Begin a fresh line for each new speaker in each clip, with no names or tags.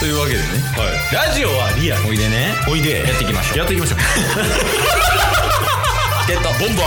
というわけでね
はい。ラジオはリアル。
おいでね
おいで。
やっていきましょう
やってい きましょう。
ゲットボンバ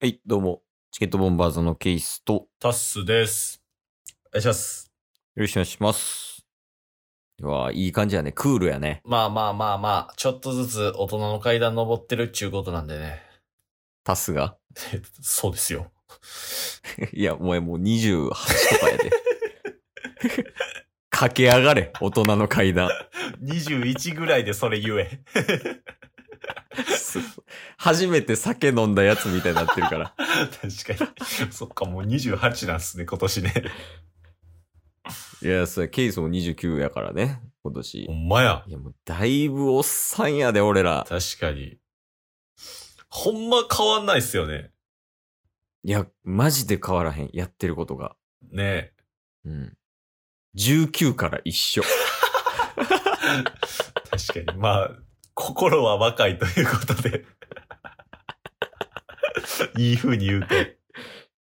ーはいどうもチケットボンバーズのケイスとよ
タッスです。お願いします。
ろしくお願いしますではいい感じやねクールやね
まあまあまあまあ、ちょっとずつ大人の階段登ってるっちゅうことなんでね。
タスが
そうですよ。
いやお前もう28とかやで 駆け上がれ大人の階段
21ぐらいでそれ言え。
初めて酒飲んだやつみたいになってるから
確かに。 そっか、もう28なんすね、今年ね。
いやそれケイスも29やからね今年
ほんまや。
いやもうだいぶおっさんやで俺ら
確かに。ほんま変わんないっすよね。
いや、マジで変わらへん。やってることが。
ね
うん。19から一緒。
え。確かに。まあ、心は若いということで。 いい風に言うと。
い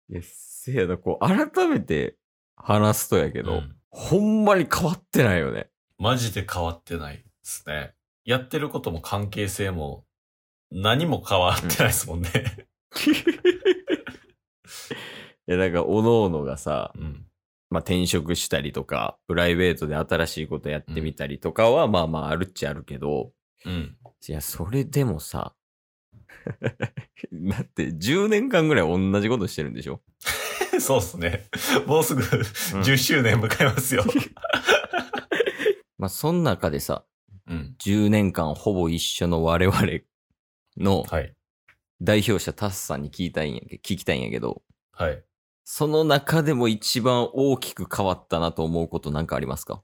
や、せやな、こう、改めて話すとやけど、
うん
ほんまに変わってないよね。
マジで変わってないですね。やってることも関係性も、何も変わってないですもんね。
いや、なんか、おのおのがさ、
うん。
まあ、転職したりとか、プライベートで新しいことやってみたりとかは、まあまあ、あるっちゃあるけど、
うん。
いや、それでもさ、 だって10年間ぐらい同じことしてるんでしょ
そうっすね。もうすぐ10周年迎えますよ。
まあ、そん中でさ、
うん。
10年間ほぼ一緒の我々の
はい。
代表者タスさんに聞いたいんやけ聞きたいんやけど、
はい。
その中でも一番大きく変わったなと思うことなんかありますか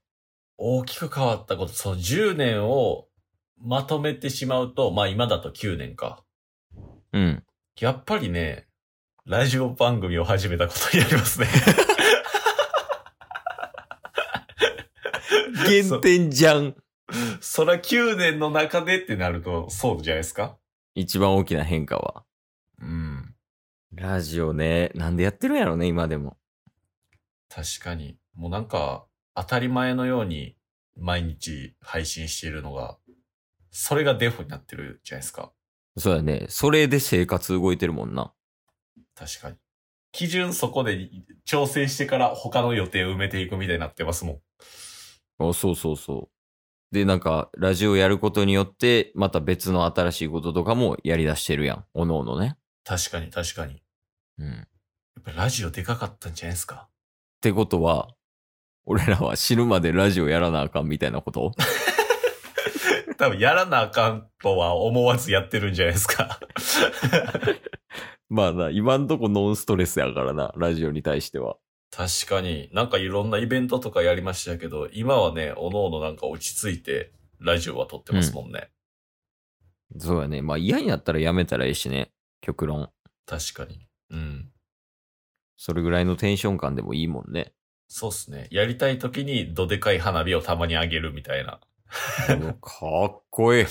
大きく変わったこと、その10年をまとめてしまうと、まあ今だと9年か。
うん。
やっぱりね、ラジオ番組を始めたことになりますね。
原点じゃん
そら9年の中でってなると、そうじゃないですか
一番大きな変化は。
うん。
ラジオね、なんでやってるんやろね、今でも。
確かに。もうなんか、当たり前のように毎日配信しているのが、それがデフォになってるじゃないですか。
そうやね。それで生活動いてるもんな。
確かに。基準そこで調整してから他の予定を埋めていくみたいになってますもん。
あそうそうそう。で、なんか、ラジオやることによって、また別の新しいこととかもやり出してるやん。おのおのね。
確かに確かに。
うん。
やっぱラジオでかかったんじゃないですか。
ってことは、俺らは死ぬまでラジオやらなあかんみたいなこと
多分やらなあかんとは思わずやってるんじゃないですか。
まあな、今んとこノンストレスやからな、ラジオに対しては。
確かに、なんかいろんなイベントとかやりましたけど、今はね、おのおのなんか落ち着いて、ラジオは撮ってますもんね。
そうやね。まあ嫌になったらやめたらええしね。極論。
確かに。うん。
それぐらいのテンション感でもいいもんね。
そうっすね。やりたい時にどでかい花火をたまにあげるみたいな。
でもかっこいい。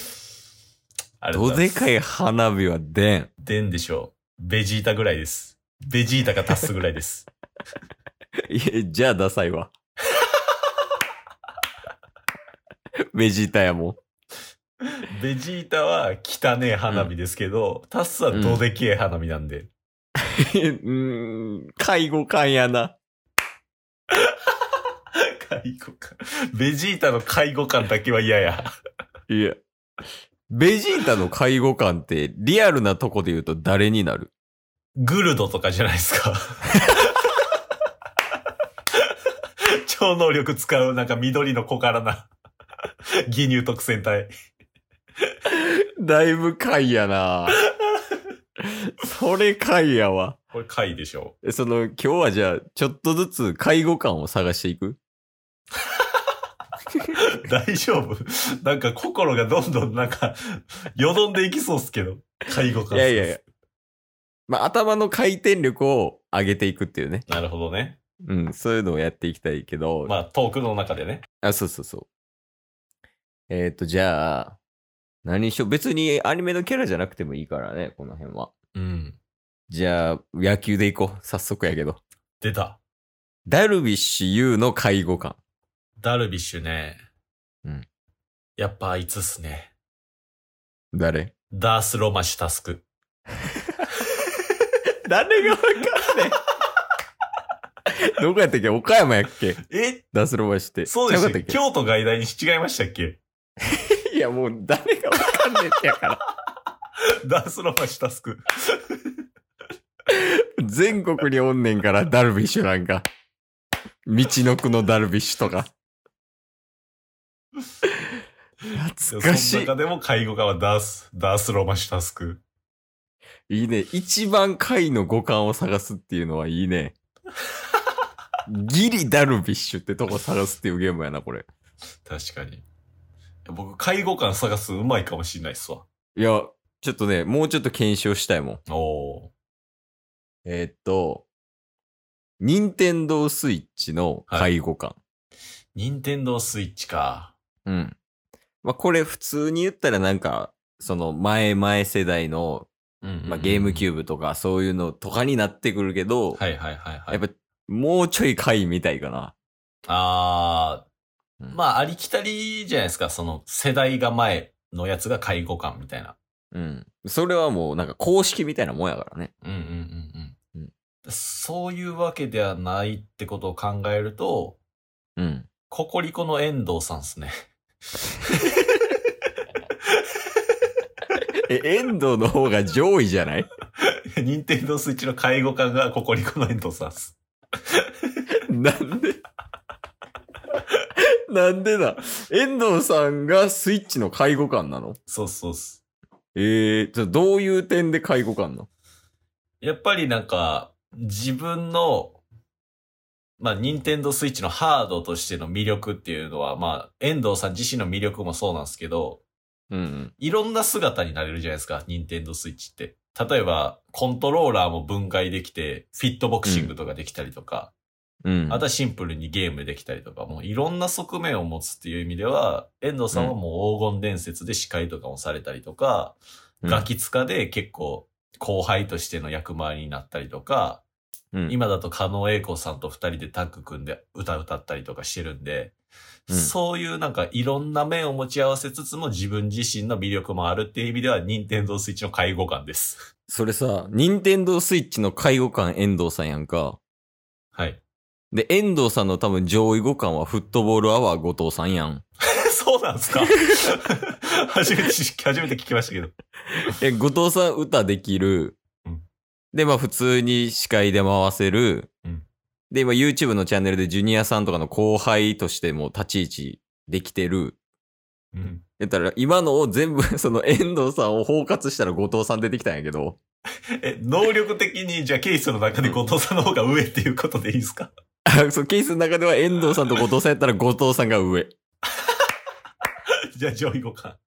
あれ
どでかい花火は出ん。
でんでしょう。ベジータぐらいです。ベジータがタスぐら いです。
いや、じゃあダサいわ。 ベジータやもん。
ベジータは汚ねえ花火ですけど、タスはどでけえ花火なんで。
うーん、介護官やな。
介護官。ベジータの介護官だけは嫌や。
いや。ベジータの介護官ってリアルなとこで言うと誰になる
グルドとかじゃないで すか。超能力使う、なんか緑の小柄な。義乳特戦隊。
だいぶ貝やなそれ貝やわ。
これ貝でしょ
えその、今日はじゃあ、ちょっとずつ介護官を探してい く
う。大丈夫なんか心がどんどんなんか、よどんでいきそうっすけど。介護
い
官。
やいやいや。。まあ、頭の回転力を上げていくっていうね。
なるほどね。
うん、そういうのをやっていきたいけど。
まあ、トークの中でね。
あ、そうそうそう。えっ、ー、と、じゃあ、何しよう。別にアニメのキャラじゃなくてもいいからね、この辺は。
うん。
じゃあ、野球で行こう。早速やけど。
出た。
ダルビッシュ有の介護官。
ダルビッシュね。
うん。
やっぱあいつっすね。
誰
ダースロマシュタスク。
誰がわかんねえ。 どこやったっけ岡山やっけ
え
ダスロバして。
そうで
ち
し
ゃ
た
うか
っけ
ったっ
京都外大に違いましたっけ
けいや、もう誰がわかんねえってやから。
ダースロマシュタスク。
全国におんねんから、ダルビッシュなんか。道のくのダルビッシュとか。懐か
そ
し
の中でも介護家はダース、ダースロマシュタスク。
い。いいね。一番貝の五感を探すっていうのはいいね。ギリダルビッシュってとこ探すっていうゲームやな、これ。
確かに。僕、介護官探すうまいかもしんないっすわ。
いや、ちょっとね、もうちょっと検証したいもん。
おー。
えーっと、任天堂スイッチの介護官。
ニンテンドースイッチか。
うん。まあ、これ普通に言ったらなんか、その前前世代の、
うん
まあ、ゲームキュ
ー
ーブとかそういうのとかになってくるけど、
はいはいはいはい。
やっぱもうちょい回みたいかな。
あー、
うん
まあ、ありきたりじゃないですか。その、世代が前のやつが介護官みたいな。
うん。それはもうなんか公式みたいなもんやからね。
うんうんうんうん。
うん
そういうわけではないってことを考えると、
うん。
ココリコの遠藤さんですね。
え、遠藤の方が上位じゃない
ニンテンドースイッチの介護官がココリコの遠藤さんです。
なんでなんでだ遠藤さんがスイッチの介護官なの
そうそうっす。
ええじゃあどういう点で介護官なの
やっぱりなんか、自分の、まあ、ニンテンドースイッチのハードとしての魅力っていうのは、まあ、遠藤さん自身の魅力もそうなんですけど、
うんうん。
いろんな姿になれるじゃないですか、ニンテンドースイッチって。例えば、コントローラーも分解できて、フィットボクシングとかできたりとか、
うん。
あとはシンプルにゲームできたりとか、もういろんな側面を持つっていう意味では、遠藤さんはもう黄金伝説で司会とかもされたりとか、
うん
ガキツで結構後輩としての役回りになったりとか、
うん、
今だと加納英子さんと二人でタッグ組んで歌歌ったりとかしてるんで、
うん
そういうなんかいろんな面を持ち合わせつつも自分自身の魅力もあるっていう意味では、任天堂スイッチの介護感です。
それさ、任天堂スイッチの介護官遠藤さんやんか。
はい。
で、遠藤さんの多分上位互換はフットボールアワー後藤さんやん。
そうなんですか 初めて知、初めて聞きましたけど。
え、後藤さん歌できる。
うん
で、まあ普通に司会で回せる。
うん
で、今 YouTube のチャンネルでジュニアさんとかの後輩としても立ち位置できてる。
うん。
やったら今のを全部 その遠藤さんを包括したら後藤さん出てきたんやけど。
え、能力的に、じゃあケースの中で後藤さんの方が上っていうことでいいですか
あそうケースの中では遠藤さんと後藤さんやったら後藤さんが上。
じゃあ上位互
だ
換。
か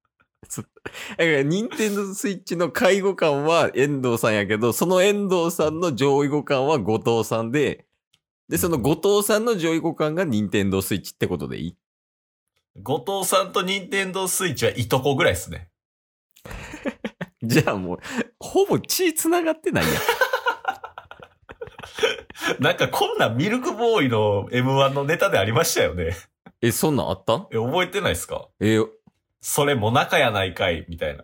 ら、任天堂スイッチの介護官は遠藤さんやけど、その遠藤さんの上位互換は後藤さんで、で、その後藤さんの上位互換が任天堂スイッチってことでい い
後藤さんと任天堂スイッチはいとこぐらいですね。
じゃあもう、ほぼ血繋がってないやん。
なんかこんなミルクボーイの M1 のネタでありましたよね。
え、そんなんあった
え、覚えてないですか
え
それモナカやないかいみたいな。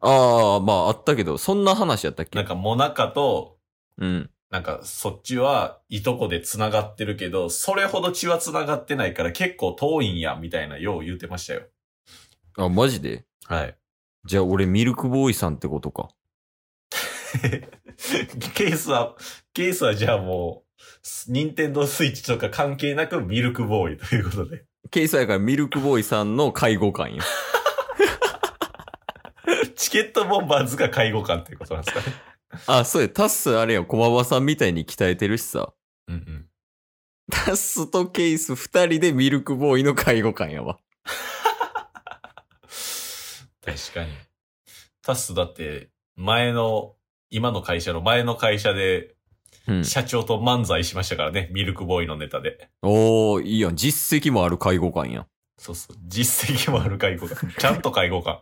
ああ、まああったけど、そんな話やったっ
なん
け
かモナカと、
うん。
なんかそっちはいとこで繋がってるけど、それほど血は繋がってないから結構遠いんや、みたいなよう言うてましたよ。
あ、マジで
はい。
じゃあ俺、ミルクボーイさんってことか。
ケースは、ケースはじゃあもう、ニンテンドースイッチとか関係なくミルクボーイということで。
ケイスやからミルクボーイさんの介護 官や。
チケットボンバーズが介護官ということなんですかね。
あ、そうや、タッスあれや、駒場さんみたいに鍛えてるしさ。
うんうん。
タスとケイス二人でミルクボーイの介護官やわ。
確かに。タスだって、前の、今の会社の前の会社で、
うん、
社長と漫才しましたからね、ミルクボーイのネタで。
おー、いいやん。実績もある介護官やん。
そうそう。実績もある介護官。ちゃんと介護官。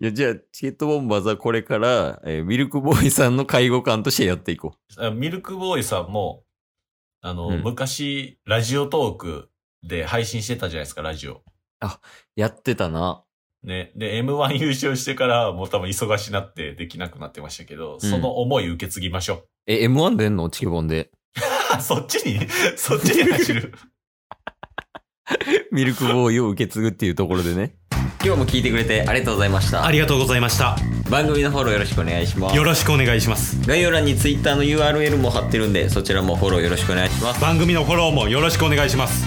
いや、じゃあ、チケットボンバーズはこれから、えーミルクボーイさんの介護官としてやっていこ
あミルクボーイさんも、あの、
うん
昔、ラジオトークで配信してたじゃないですか、ラジオ。
う。やってたな。
ね。で、M1 優勝してから、もう多分忙しなってできなくなってましたけど、
うん
その思い受け継ぎましょ
え、M1 出んのチケボンで。
う。 そっちに、そっちに走る。
ミルクボーイを受け継ぐっていうところでね。今日も聞いてくれてありがとうございました。
ありがとうございました
番組のフォローよろしくお願いします
よ。ろしくお願いします
概要欄に Twitter の URL も貼ってるんで、そちらもフォローよろしくお願いします。
番組のフォローもよろしくお願いします